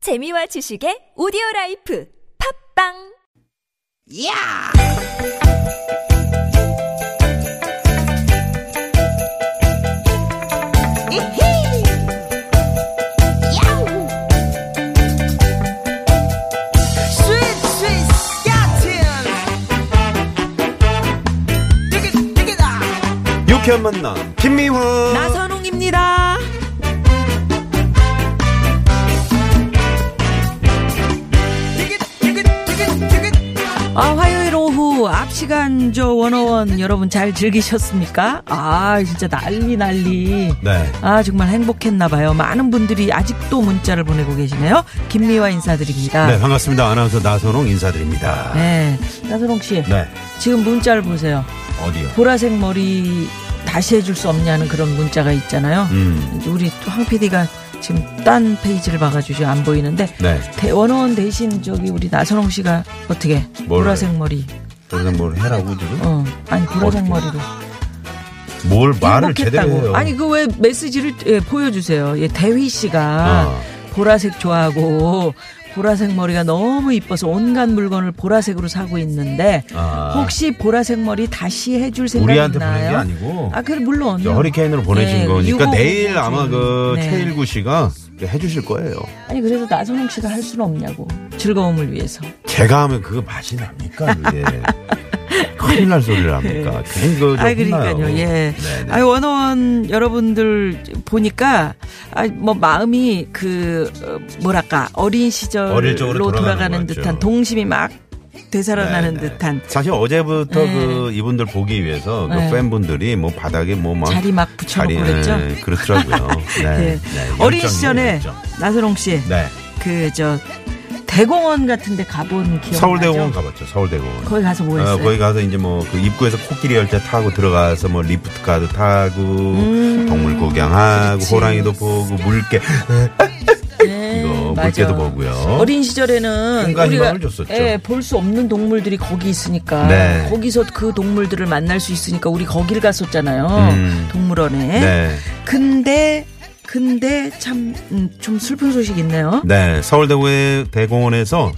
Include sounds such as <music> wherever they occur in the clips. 재미와 지식의 오디오 라이프 팝빵 야! 이히! 야우! 스윗 스윗 야틴! 디기 디기다! 유쾌한 만남 김미화 나선홍입니다. 디기 디기 디기 디기 아, 화요일 오후 앞 시간 저 원어원 여러분 잘 즐기셨습니까? 아, 진짜 난리 난리. 네 아, 정말 행복했나 봐요. 많은 분들이 아직도 문자를 보내고 계시네요. 김미화 인사드립니다. 네, 반갑습니다 아나운서 나선홍 인사드립니다 네, 네. 나선홍 씨. 지금 문자를 보세요. 어디요 보라색 머리 다시 해줄 수 없냐는 그런 문자가 있잖아요. 음 우리 황 PD가 지금 딴 페이지를 봐가지고 안 보이는데 네. 대- 원어원 대신 저기 우리 나선홍 씨가 어떻게 뭐를? 보라색 머리 그래서 뭘 해라고 지금 어, 아니 보라색 어떻게? 머리로 뭘 말을 제대로 행복했다고. 해요 아니 그 왜 메시지를 예, 보여주세요. 예, 대휘 씨가 어. 보라색 좋아하고 보라색 머리가 너무 이뻐서 온갖 물건을 보라색으로 사고 있는데 아. 혹시 보라색 머리 다시 해줄 생각 우리한테 있나요? 보낸 게 아니고 아, 그래 물론 저 허리케인으로 보내신 네, 거니까 유고 내일 보내신 아마 그 네. 최일구 씨가 해주실 거예요 아니 그래서 나선홍 씨가 할 수는 없냐고 즐거움을 위해서. 제가 하면 그거 맛이 납니까 이게 <laughs> 큰일 날 소리를 합니까 괜히 그거 좀 아, 그러니까요. 혼나요. 예. 네, 네. 아, 원어원 여러분들 보니까 아, 뭐 마음이 그 어, 뭐랄까 어린 어릴 시절로 적으로 돌아가는 돌아가는 거죠. 듯한 동심이 막 되살아나는 네, 네. 듯한 사실 어제부터 네. 그 이분들 보기 위해서 그 네. 팬분들이 뭐 바닥에 뭐막 자리 막 붙여놓고 그랬죠. 네, 그렇더라고요. <laughs> 네. 예. 네, 어린 열정이에요, 시절에 열정. 나선홍 씨, 네. 그 저 대공원 같은 데 가본 기억 서울대공원 나죠? 가봤죠. 서울대공원. 거기 가서 뭐 어, 했어요? 거기 가서 이제 뭐 그 입구에서 코끼리 열차 타고 들어가서 뭐 리프트카도 타고 동물 구경하고 음. 그렇지. 호랑이도 보고 물개 네, 이거 맞아. 물개도 보고요. 어린 시절에는 순간 우리가 예, 희망을 줬었죠. 볼 수 없는 동물들이 거기 있으니까 네. 거기서 그 동물들을 만날 수 있으니까 우리 거길 갔었잖아요. 음. 동물원에. 네. 근데 근데 참 음, 좀 슬픈 소식이 있네요. 네, 서울대공원에서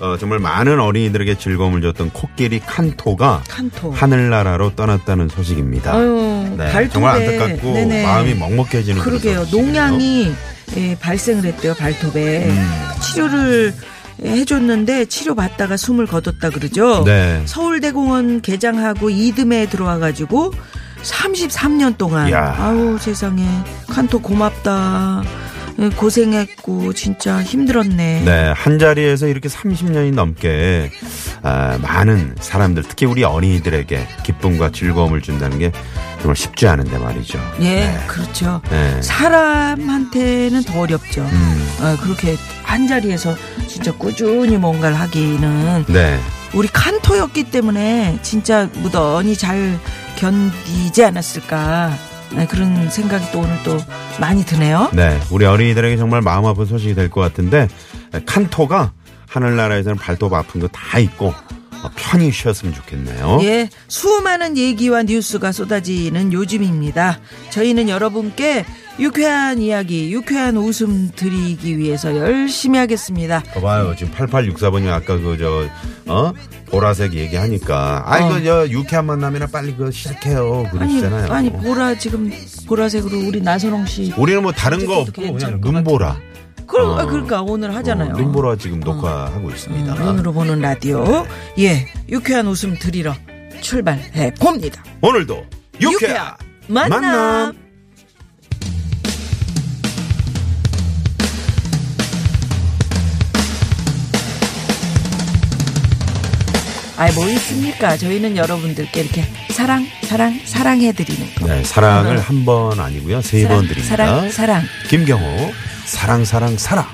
어, 정말 많은 어린이들에게 즐거움을 줬던 코끼리 칸토가 칸토. 하늘나라로 떠났다는 소식입니다. 아유, 네, 발톱에 정말 안타깝고 네네. 마음이 먹먹해지는 그런 그러게요. 소식이네요. 농양이 예, 발생을 했대요. 발톱에 음. 치료를 해줬는데 치료받다가 숨을 거뒀다 그러죠. 네. 서울대공원 개장하고 이듬해 들어와가지고 33년 동안 이야. 아우 세상에 칸토 고맙다 예, 고생했고 진짜 힘들었네. 네, 한 자리에서 이렇게 30년이 넘게 아, 많은 사람들, 특히 우리 어린이들에게 기쁨과 즐거움을 준다는 게 정말 쉽지 않은데 말이죠. 예, 네. 그렇죠. 네. 사람한테는 더 어렵죠. 음, 어, 그렇게 한 자리에서 진짜 꾸준히 뭔가를 하기는 네. 우리 칸토였기 때문에 진짜 무던히 잘 견디지 않았을까 네, 그런 생각이 또 오늘 또 많이 드네요. 네, 우리 어린이들에게 정말 마음 아픈 소식이 될 것 같은데 칸토가 하늘나라에서는 발톱 아픈 거 다 잊고 어, 편히 쉬었으면 좋겠네요. 예, 수많은 얘기와 뉴스가 쏟아지는 요즘입니다. 저희는 여러분께 유쾌한 이야기, 유쾌한 웃음 드리기 위해서 열심히 하겠습니다. 봐봐요, 지금 8864번이 아까 그저 어? 보라색 얘기하니까 아이 그저 유쾌한 만남이나 빨리 그 시작해요 어. 아니, 그러시잖아요. 아니 뭐 보라 지금 보라색으로 우리 나선홍 씨 우리는 뭐 다른 거 어떻게 없고 그냥 괜찮을 눈보라, 그럼 어. 아, 그러니까 오늘 하잖아요. 음, 어, 눈보라 지금 녹화하고 있습니다. 눈으로 보는 라디오. 예, 유쾌한 웃음 드리러 출발해 봅니다. 오늘도 유쾌한 유쾌한 만남. 만남. 아이 뭐 있습니까? 저희는 여러분들께 이렇게 사랑, 사랑, 사랑해 드리는 거. 네, 사랑을 한 번 아니고요 세 번 드립니다. 사랑, 사랑. 김경호 사랑 사랑 사랑.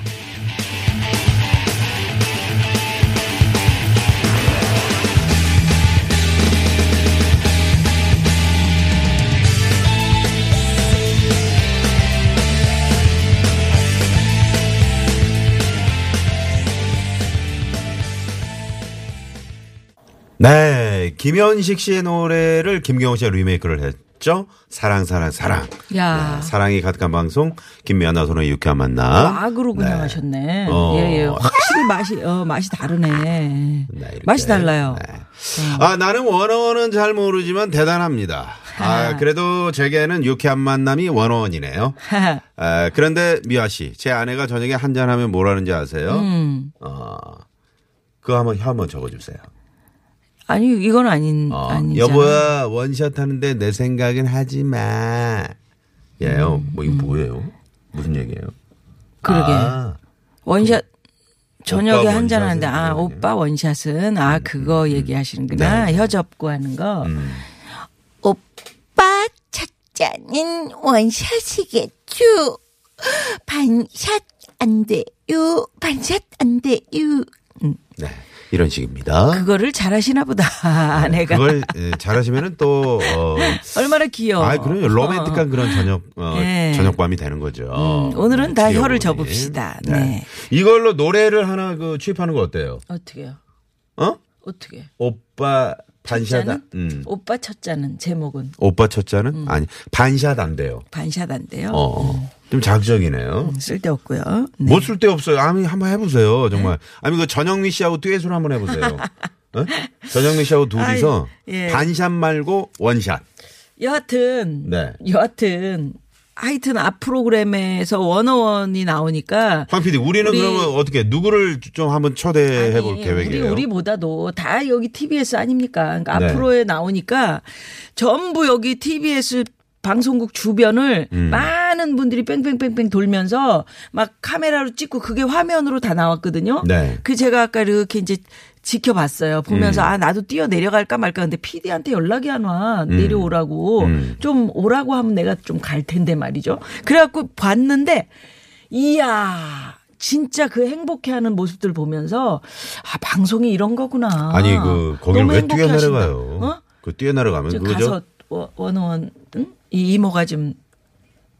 네, 김현식 씨의 노래를 김경호 씨가 리메이크를 했, 있죠. 사랑, 사랑, 사랑. 야. 네, 사랑이 가득한 방송 김미아나 소녀의 유쾌한 만남. 막으로 아, 그냥 하셨네. 어. 예, 예. 확실히 맛이, 어, 맛이 다르네. 네, 이렇게. 맛이 달라요. 음. 네. 아 나는 원어원은 잘 모르지만 대단합니다. 아 그래도 제게는 유쾌한 만남이 원어원이네요. 아, 그런데 미아 씨, 제 아내가 저녁에 한잔하면 뭐라는지 아세요? 음. 어, 그거 한번 혀 한번 적어주세요. <laughs> 아니, 이건 음, 아닌, 어, 아니죠. 여보야 원샷 하는데 내 생각은 하지 마. 예요. 뭐 이게 뭐예요? 무슨 얘기예요? 음, 그러게. 아, 원샷. 저녁에 오빠 한잔 하는데, 원샷은 음, 아, 뭐예요? 오빠 원샷은, 아, 그거 얘기하시는구나. 네, 혀 접고 하는 거. 음. 오빠 첫자는 원샷이겠죠. 반샷 안 돼요. 반샷 안 돼요. 네 이런 식입니다. 그거를 잘하시나 보다, <laughs> 아내가. 그걸 예, 잘하시면은 또 어, 얼마나 귀여워. 아, 그럼요. 로맨틱한 그런 저녁, 어, 예. 저녁밤이 되는 거죠. 음, 오늘은 다 귀여우니. 혀를 접읍시다. 네. 이걸로 노래를 하나 그 취입하는 거 어때요? 어떻게요? 어? 어떻게? 오빠 반샷. 첫자는? 음. 음. 오빠 첫자는 제목은 오빠 첫자는? 아니, 반샷 안 돼요. 반샷한데요. 어, 어. 좀 자극적이네요. 쓸데없고요. 네. 못 쓸데 없어요. 아니, 한번 해보세요. 정말. 아니, 그 전영미 씨하고 듀엣으로 한번 <laughs> 해보세요. 어? 전영미 씨하고 둘이서 아이, 예. 반샷 말고 원샷. 여하튼 네. 여하튼 하여튼 앞 프로그램에서 원어원이 나오니까 황 PD, 우리는 우리- 그러면 어떻게, 누구를 좀 한번 초대해 볼 아니, 계획이에요? 우리 뭐, 우리보다도 다 여기 TBS 아닙니까? 그러니까 네. 앞으로에 나오니까 전부 여기 TBS 방송국 주변을 음. 많은 분들이 뺑뺑뺑뺑 돌면서 막 카메라로 찍고 그게 화면으로 다 나왔거든요. 네. 그 제가 아까 이렇게 이제 지켜봤어요. 보면서 음. 아 나도 뛰어 내려갈까 말까 근데 PD한테 연락이 안 와. 음. 내려오라고. 좀 오라고 하면 내가 좀 갈 텐데 말이죠. 그래갖고 봤는데 이야 진짜 그 행복해하는 모습들 보면서 아 방송이 이런 거구나. 아니 그 거기를 너무 왜 행복해하신다. 뛰어내려가요? 어? 그 뛰어내려가면 저 그거죠? 가서 원- 원어원 응? 이 이모가 좀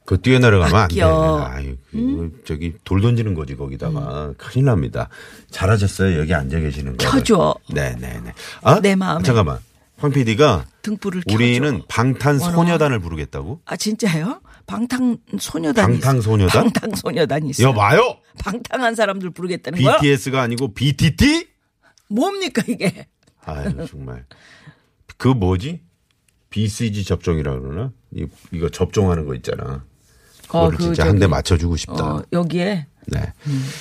그 뛰어내려가면 안 돼. 바뀌어. 아유, 그 저기 돌 던지는 거지 거기다가 큰일 납니다. 잘하셨어요 여기 앉아 계시는 거. 켜줘. 네네네. 아 내 마음에. 잠깐만 황 PD가 등불을 켜줘. 우리는 방탄소녀단을 부르겠다고? 아 진짜요? 방탄소녀단 방탄소녀단? 방탄소녀단 있어. 여봐요. 방탕한 사람들 부르겠다는 거야? BTS가 아니고 BTT? 뭡니까 이게? 아유 정말 그 뭐지? BCG 접종이라 그러나? 이, 이거 접종하는 거 있잖아. 그거를 그 진짜 한 대 맞춰주고 싶다. 어, 여기에 네.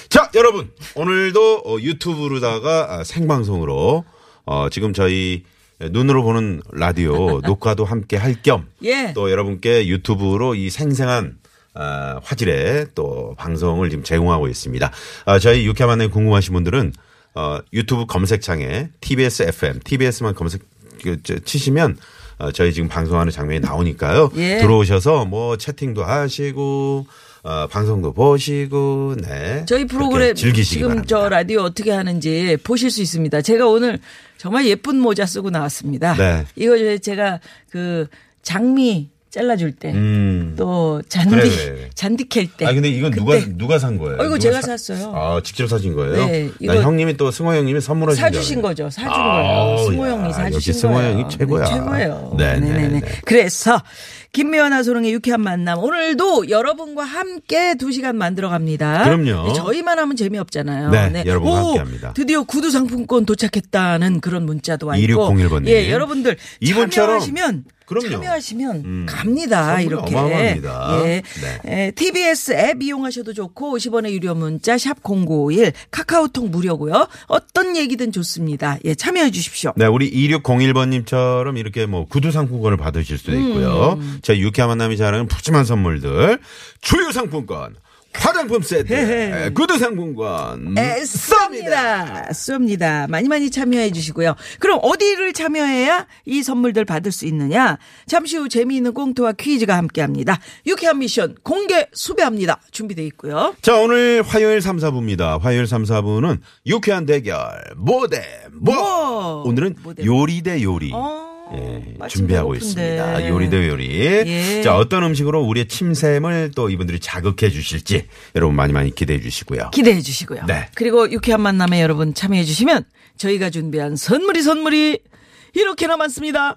자, 여러분. 오늘도 어, 유튜브로다가 아, 생방송으로 어, 지금 저희 눈으로 보는 라디오 녹화도 함께 할 겸 또 예. 여러분께 유튜브로 이 생생한 아, 화질의 또 방송을 지금 제공하고 있습니다. 아, 저희 유쾌한 만남 궁금하신 분들은 어, 유튜브 검색창에 TBS FM, TBS만 검색 그, 저, 치시면 어, 저희 지금 방송하는 장면이 나오니까요. 예. 들어오셔서 뭐 채팅도 하시고 어, 방송도 보시고 네 저희 프로그램 그렇게 즐기시기 지금 바랍니다. 저 라디오 어떻게 하는지 보실 수 있습니다. 제가 오늘 정말 예쁜 모자 쓰고 나왔습니다. 네. 이거 제가 그 장미 잘라줄 때. 음. 또 잔디 그래, 그래, 그래. 잔디 캘 때. 아 근데 이건 누가 그때 누가 산 거예요? 네. 어, 누가 이거 제가 샀어요. 아 직접 사신 거예요? 네, 나 이거 형님이 또 승호 형님이 선물하신 사주신 거죠. 사준 거예요. 승호 형이 사주신 아, 역시 거예요. 승호 형이 최고야. 네, 최고예요. 네, 네, 네네네. 네. 그래서 김미연아 소롱의 유쾌한 만남 오늘도 여러분과 함께 두 시간 만들어 갑니다. 그럼요. 네, 저희만 하면 재미없잖아요. 네, 여러분과 오, 함께합니다. 드디어 구두 상품권 도착했다는 그런 문자도 와 있고. 2601 번님. 예, 여러분들 이분처럼 참여하시면 그럼요. 음, 참여하시면 갑니다. 선물이 이렇게. 어마어마합니다. 예. 네. 에, TBS 앱 이용하셔도 좋고 50원의 유료 문자 샵 0951 카카오톡 무료고요. 어떤 얘기든 좋습니다. 예, 참여해 주십시오. 네, 우리 2601번님처럼 이렇게 뭐 구두 상품권을 받으실 수도 있고요. 음. 제 유쾌한 만남이 자랑하는 푸짐한 선물들, 주요 상품권, 화장품 세트, 네, 구두 상품권, 에, 예, 음, 쏩니다. 쏩니다. 많이 많이 참여해 주시고요. 그럼 어디를 참여해야 이 선물들 받을 수 있느냐? 잠시 후 재미있는 꽁트와 퀴즈가 함께 합니다. 유쾌한 미션 공개 수배합니다. 준비되어 있고요. 자, 오늘 화요일 3, 4부입니다. 화요일 3, 4부는 유쾌한 대결, 뭐 대 뭐. 뭐. 오늘은 뭐 대 뭐. 요리 대 요리. 어, 예, 마침 준비하고 배고픈데. 있습니다. 요리 대 요리. 예. 자, 어떤 음식으로 우리의 침샘을 또 이분들이 자극해 주실지 여러분 많이 많이 기대해 주시고요. 기대해 주시고요. 네. 그리고 유쾌한 만남에 여러분 참여해 주시면 저희가 준비한 선물이 선물이 이렇게나 많습니다.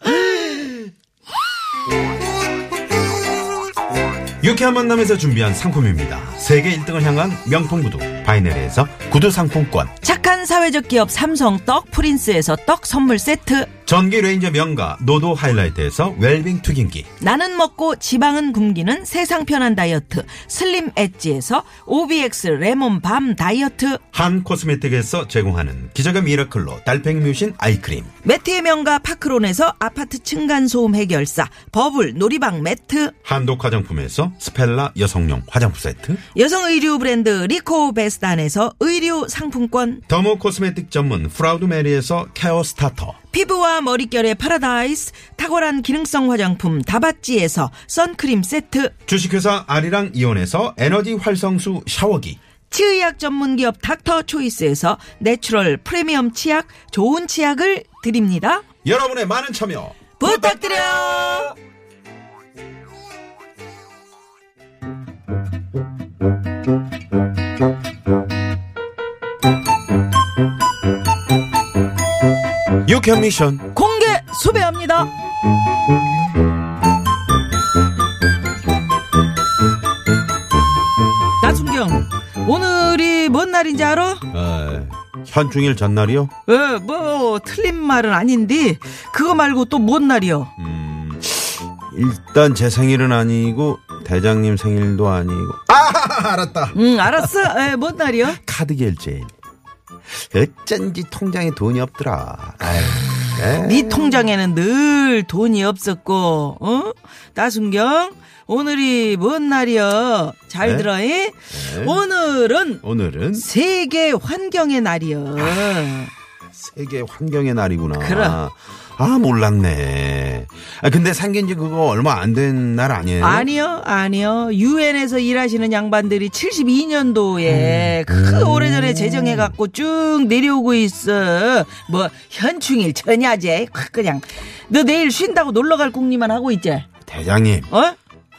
유쾌한 만남에서 준비한 상품입니다. 세계 1등을 향한 명품 구두 바이네리에서 구두 상품권 <gasps> 착한 사회적 기업 삼성 떡 프린스에서 떡 선물 세트. 전기 레인저 명가 노도 하이라이트에서 웰빙 튀김기 나는 먹고 지방은 굶기는 세상 편한 다이어트. 슬림 엣지에서 OBX 레몬 밤 다이어트. 한 코스메틱에서 제공하는 기적의 미라클로 달팽이 뮤신 아이크림 매트의 명가 파크론에서 아파트 층간소음 해결사. 버블 놀이방 매트. 한독 화장품에서 스펠라 여성용 화장품 세트 여성 의류 브랜드 리코 베스단에서 의류 상품권. 더모 코스메틱 전문 프라우드 메리에서 케어 스타터 피부와 머릿결의 파라다이스. 탁월한 기능성 화장품 다바찌에서 선크림 세트. 주식회사 아리랑 이온에서 에너지 활성수 샤워기 치의학 전문기업 닥터 초이스에서 내추럴 프리미엄 치약 좋은 치약을 드립니다. 여러분의 많은 참여 부탁드려요. 유쾌한 미션 공개 수배합니다. 나순경 오늘이 뭔 날인지 알아? 아, 현충일 전날이요? 예, 뭐 틀린 말은 아닌데 그거 말고 또 뭔 날이요? 음, 일단 제 생일은 아니고 대장님 생일도 아니고 아 알았다 응 알았어. 예, 뭔 날이요? 카드 결제일 어쩐지 통장에 돈이 없더라 아유, 에? 네 통장에는 늘 돈이 없었고, 어? 나순경, 오늘이 뭔 날이여? 잘 네? 들어, 이 오늘은 오늘은 세계 환경의 날이여. 세계 환경의 날이구나 그럼. 아 몰랐네 아, 근데 생긴 지 그거 얼마 안 된 날 아니에요? 아니요, 아니요. 유엔에서 일하시는 양반들이 음. 72년도에 그 오래전에 제정해갖고 쭉 내려오고 있어. 뭐, 현충일, 전야제. 그냥. 너 내일 쉰다고 놀러갈 궁리만 하고 있지? 대장님 어?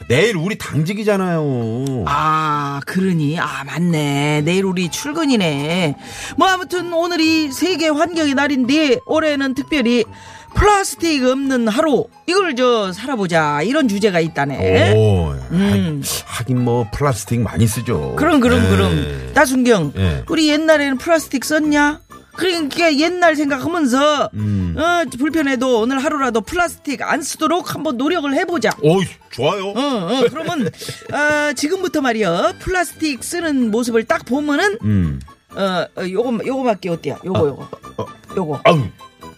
내일 우리 당직이잖아요 아, 그러니. 아, 맞네. 내일 우리 출근이네. 뭐, 아무튼 오늘이 세계 환경의 날인데, 올해는 특별히 플라스틱 없는 하루, 이걸 저, 살아보자. 이런 주제가 있다네. 오, 예? 음. 하- 하긴 뭐 플라스틱 많이 쓰죠. 그럼, 그럼, 예. 그럼. 나순경, 예. 우리 옛날에는 플라스틱 썼냐? 그러니까 옛날 생각하면서, 음. 어, 불편해도 오늘 하루라도 플라스틱 안 쓰도록 한번 노력을 해보자. 오, 좋아요. 어, 어, 그러면, 아, 지금부터 말이야. 플라스틱 쓰는 모습을 딱 보면은, 음. 어, 어, 요거, 요거밖에 어때요? 요거, 요거. 어. 요거, 아우,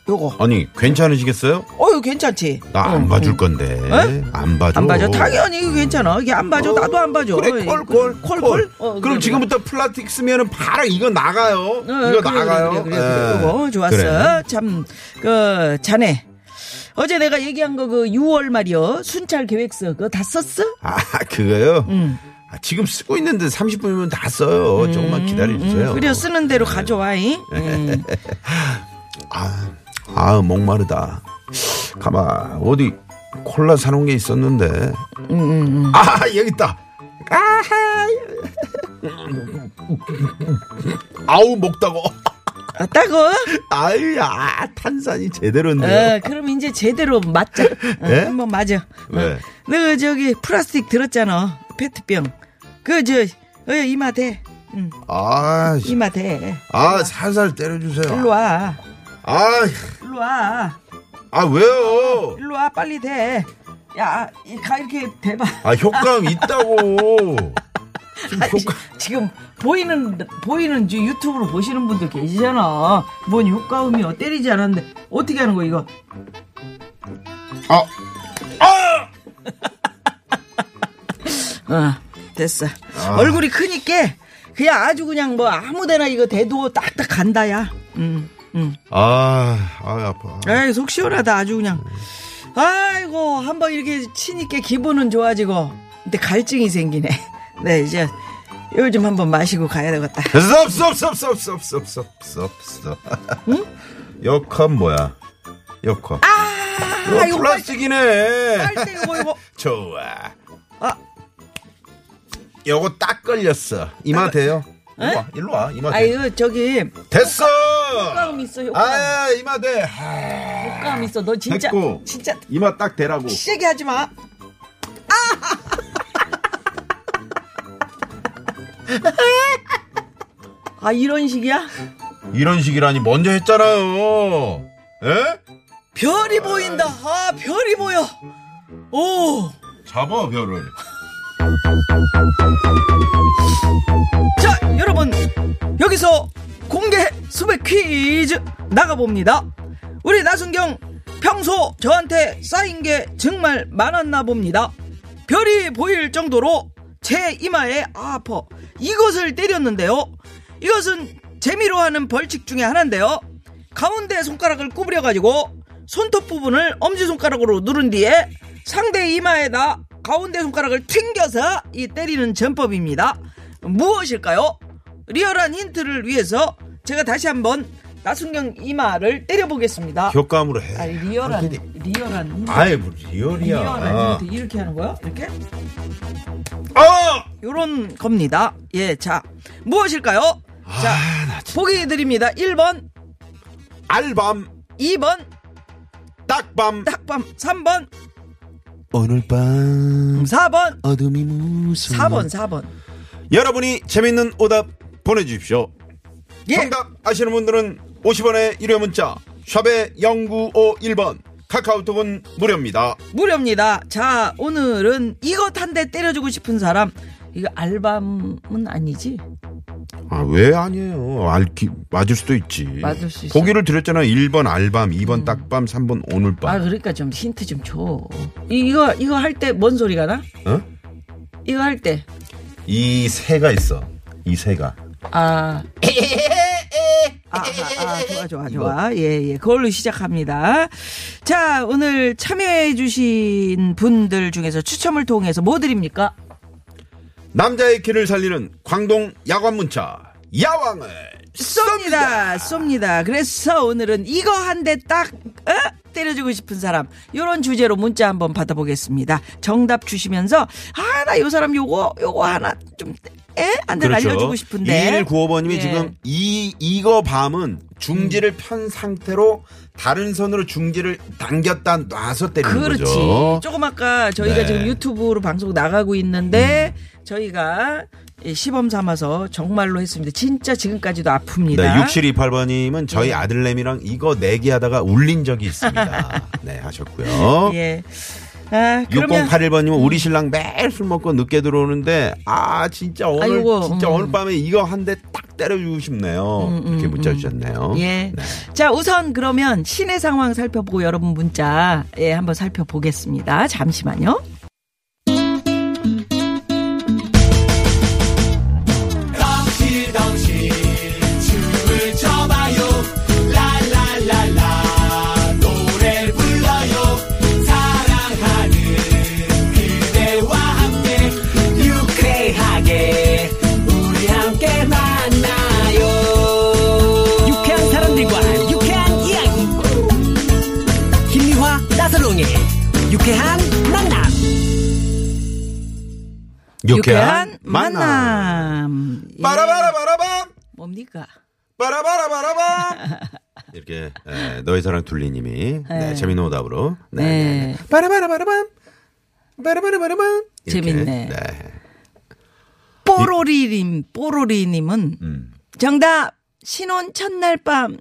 요거. 아니 괜찮으시겠어요? 어, 이거 괜찮지? 나 안 어, 봐줄 어. 건데. 안 봐줘. 안 봐줘. 당연히 이거 괜찮아. 이게 안 봐줘. 나도 안 봐줘. 어. 어, 예. 그래, 콜, 콜, 콜, 콜. 어, 그럼 그래, 지금부터 플라스틱 쓰면은 바로 이거 나가요. 그래. 어, 이거 그래, 나가요. 그래, 그래, 그래, 그래. 예. 요거 좋았어. 그래. 참, 그, 자네. 어제 내가 얘기한 거 그 6월 말이요. 순찰 계획서 그거 다 썼어? 아, 그거요? 음. 아, 지금 쓰고 있는데 30분이면 다 써요. 조금만 기다려 주세요. 음, 그래, 쓰는 대로 가져와. 잉 예. 음. 아, 아, 목마르다. 가만, 어디, 콜라 사놓은 게 있었는데. 음, 아, 여기 있다. 아하. 아우, 먹다고. 아, 따고. 아유, 아, 탄산이 제대로인데. 어, 그럼 이제 제대로 맞자. 어, 예? 한번 맞아. 왜? 어, 너 저기 플라스틱 들었잖아. 페트병. 그 저 어, 이마 대. 응, 아, 씨. 이마 대. 아, 살살 때려주세요. 일로 와. 아, 일로 와. 아, 왜요? 일로 와 빨리 대. 야, 이- 가 이렇게 대봐. 아, 효과음 있다고. 지금 효과. 지금 보이는 보이는 저 유튜브로 보시는 분들 계시잖아. 뭔 효과음이요? 어, 때리지 않았는데 어떻게 하는 거 이거? 아, <laughs> 어, 됐어. 아. 얼굴이 크니까 그냥 아주 그냥 뭐 아무데나 이거 대도 딱딱 간다야. 음, 음. 아, 아, 아파. 에이 속 시원하다 아주 그냥. 아이고 한번 이렇게 치니까 기분은 좋아지고 근데 갈증이 생기네. <laughs> 네 이제 요즘 한번 마시고 가야 되겠다. 섭섭섭섭섭섭섭섭섭. 역함 뭐야? 역함. 아, 이거 플라스틱이네. 빨대 이거 이거. 좋아. 아. 요거 딱 걸렸어. 이마 대요. 일로 와, 일로 와, 이마 아 대. 이거 저기 됐어. 효과음 있어 효과음. 네. 아, 이마 대. 아, 효과음 있어. 너 진짜 됐고. 진짜 이마 딱 대라고. 아. 시게 하지 마. <laughs> 아 이런 식이야? 이런 식이라니 먼저 했잖아요. 에? 별이 보인다. 아 별이 보여. 오. 잡아 별을. 자, 여러분. 여기서 공개 수백 퀴즈 나가봅니다. 우리 나순경 평소 저한테 쌓인 게 정말 많았나 봅니다. 별이 보일 정도로 제 이마에 아파. 이것을 때렸는데요. 이것은 재미로 하는 벌칙 중에 하나인데요. 가운데 손가락을 구부려가지고 손톱 부분을 엄지손가락으로 누른 뒤에 상대 이마에다 가운데 손가락을 튕겨서 이 때리는 전법입니다. 무엇일까요? 리얼한 힌트를 위해서 제가 다시 한번 나순경 이마를 때려보겠습니다. 효과음으로 해. 아니 리얼한 리얼한 힌트. 아이 뭐 리얼이야. 리얼한 힌트 이렇게 하는 거야? 이렇게? 아! 요런 겁니다. 예, 자 무엇일까요? 자 아, 나 진짜. 보기 드립니다. 1번, 알밤, 2번, 딱밤, 딱밤, 3번, 오늘 밤 4번, 어둠이 무서워 4번, 4번. 여러분이 재밌는 오답 보내주십시오. 예. 정답 아시는 분들은 50원의 유료 문자 샵의 0951번 카카오톡은 무료입니다. 무료입니다. 자, 오늘은 이것 한 대 때려주고 싶은 사람. 이거 알밤은 아니지? 아 왜 아니에요? 알기 맞을 수도 있지. 맞을 수 음. 있어. 보기를 드렸잖아요. 1번 알밤, 2번 딱밤, 3번 아, 오늘밤. 그러니까 좀 힌트 좀 줘. 이, 이거, 이거 할 때 뭔 소리가 나? 어? 이거 할 때. 이 새가 있어. 이 새가. 아. 아, 아, 아, 좋아, 좋아, 좋아. 예, 예. 그걸로 시작합니다. 자, 오늘 참여해주신 분들 중에서 추첨을 통해서 뭐 드립니까? 남자의 길을 살리는 광동 야관 문자 야왕을 쏩니다. 쏩니다. 그래서 오늘은 이거 한 대 딱 어? 때려주고 싶은 사람 요런 주제로 문자 한번 받아보겠습니다. 정답 주시면서 아 나 요 사람 요거 요거 하나 좀에한대 네, 알려주고 싶은데 2195번님이 그렇죠. 예. 음. 지금 이 이거 밤은 중지를 편 상태로 다른 손으로 중지를 당겼다 놔서 때리는 그렇지. 거죠. 조금 아까 저희가 네. 음. 지금 유튜브로 방송 나가고 있는데 저희가 이 시범 삼아서 정말로 했습니다. 진짜 지금까지도 아픕니다. 예. 네, 6728번님은 저희 아들내미랑 이거 내기하다가 울린 적이 <laughs> 있습니다. 네, 하셨고요. 예. 아, 그러면 6081번님은 우리 신랑 매일 술 먹고 늦게 들어오는데 아 진짜 오늘 아이고, 진짜 음. 오늘 밤에 이거 한 대 딱 때려주고 싶네요. 이렇게 문자 주셨네요. 예. 네. 자, 우선 그러면 시내 상황 살펴보고 여러분 문자, 예, 한번 살펴보겠습니다. 잠시만요. 유쾌한 사람들과 유쾌한 이야기 김미화 나서롱의 유쾌한 만남 유쾌한 만남. 만남. 예. 빠라바라바라밤 뭡니까? 빠라바라바라밤 이렇게 에, 너의 사랑 둘리님이 네, 네. 재밌는 오답으로 네, 네. 네, 네. 빠라바라바라밤 빠라바라바라밤 이렇게, 재밌네. 네. 뽀로리님, 뽀로리님은 음. 정답! 신혼 첫날 밤.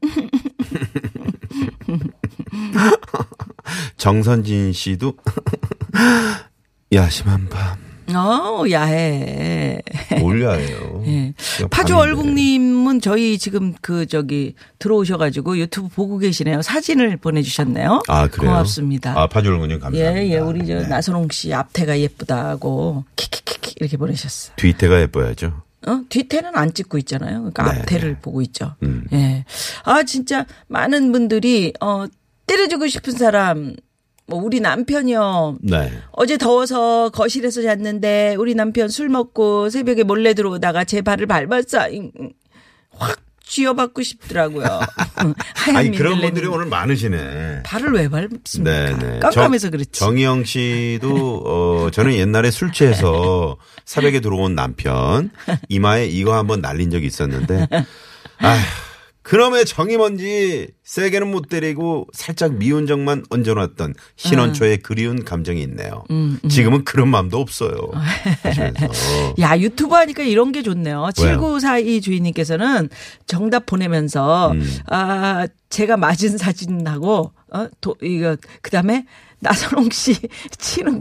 정선진 씨도 <laughs> 야심한 밤 어, 야해. 몰려요. <laughs> 예. 파주 얼국님은 저희 지금 그 저기 들어오셔가지고 유튜브 보고 계시네요. 사진을 보내주셨네요. 아 그래요. 고맙습니다. 아 파주 얼국님 감사합니다. 네. 예, 예, 우리 저 나선홍 씨 앞태가 예쁘다고 키키키키 이렇게 보내셨어. 뒤태가 예뻐야죠. 어? 뒤태는 안 찍고 있잖아요. 그러니까 네, 음. 앞태를 보고 있죠. 예. 아, 진짜 많은 분들이 어 때려주고 싶은 사람 뭐 우리 남편이요. 네. 어제 더워서 거실에서 잤는데 우리 남편 술 먹고 새벽에 몰래 들어오다가 제 발을 밟았어. 잉, 잉. 확 <laughs> 쥐어받고 싶더라고요. 하얀 아니 그런 민들레님. 분들이 오늘 많으시네. 네, 발을 왜 밟습니까? 깜깜해서 정- 그렇지. 네. 정희영 씨도 어 저는 옛날에 술 취해서 사백에 들어온 남편 이마에 이거 한번 날린 적이 있었는데 아 그놈의 정이 뭔지 세게는 못 때리고 살짝 미운 정만 얹어놨던 음. 신원초의 그리운 감정이 있네요. 지금은 그런 마음도 없어요. <laughs> 하시면서. 야, 유튜브 하니까 이런 게 좋네요. 7942 주인님께서는 정답 보내면서, 음. 아, 제가 맞은 사진하고, 어, 도, 이거, 그 다음에, 나선홍 씨 치는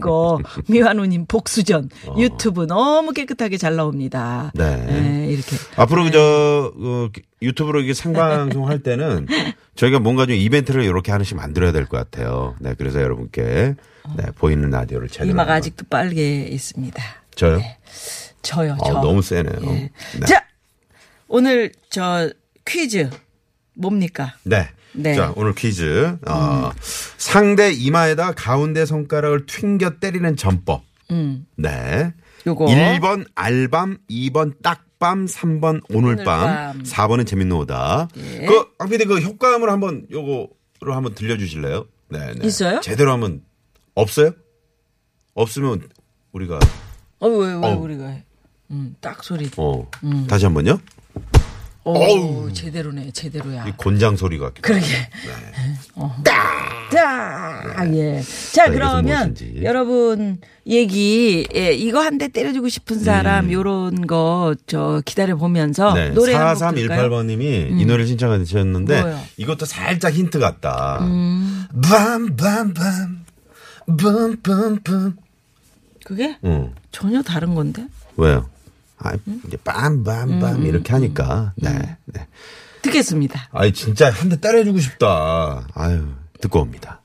<laughs> 거, 미완우님 복수전, 어. 유튜브 너무 깨끗하게 잘 나옵니다. 네. 이렇게. 앞으로 그저 어, 유튜브로 이게 생방송 할 때는 저희가 뭔가 좀 이벤트를 이렇게 하나씩 만들어야 될 것 같아요. 네, 그래서 여러분께 네, 보이는 라디오를 찾으러 이마가 아직도 빨개 있습니다. 저요. 저요, 어, 저. 너무 세네요. 예. 네. 자, 오늘 저 퀴즈 뭡니까? 네. 네. 자, 오늘 퀴즈. 어, 상대 이마에다 가운데 손가락을 튕겨 때리는 전법. 네. 음. 요거. 1번 알밤, 2번 딱밤, 3번 오늘 밤, 밤. 예. 4번은 재밌는 오다. 그, 악비디 그 효과음을 한번 요거로 한번 들려주실래요? 네, 네. 있어요? 제대로 하면 없어요? 없으면 우리가, 어, 왜, 왜 어. 우리가. 해? 음, 딱 소리. 어, 음. 다시 한 번요? 오, 제대로네, 제대로야. 이 곤장 소리 같기도 그러게. <laughs> 딱! 딱! 네. 예. 자, 자, 이것은 그러면 무엇인지. 여러분 얘기, 예, 이거 한 대 때려주고 싶은 사람, 요런 거, 저, 기다려보면서 음. 네. 아, 노래 한곡 들까요 음. 4318번님이 이 노래를 신청하셨는데 뭐요? 음. 이것도 살짝 힌트 같다. 밤밤밤 붐붐붐. 그게 응. 전혀 다른 건데? 왜요? 아, 이제 빰빰빰 음. 이렇게 하니까. 네. 네. 듣겠습니다. 아이 진짜 한 대 때려주고 싶다. 아유, 듣고 옵니다.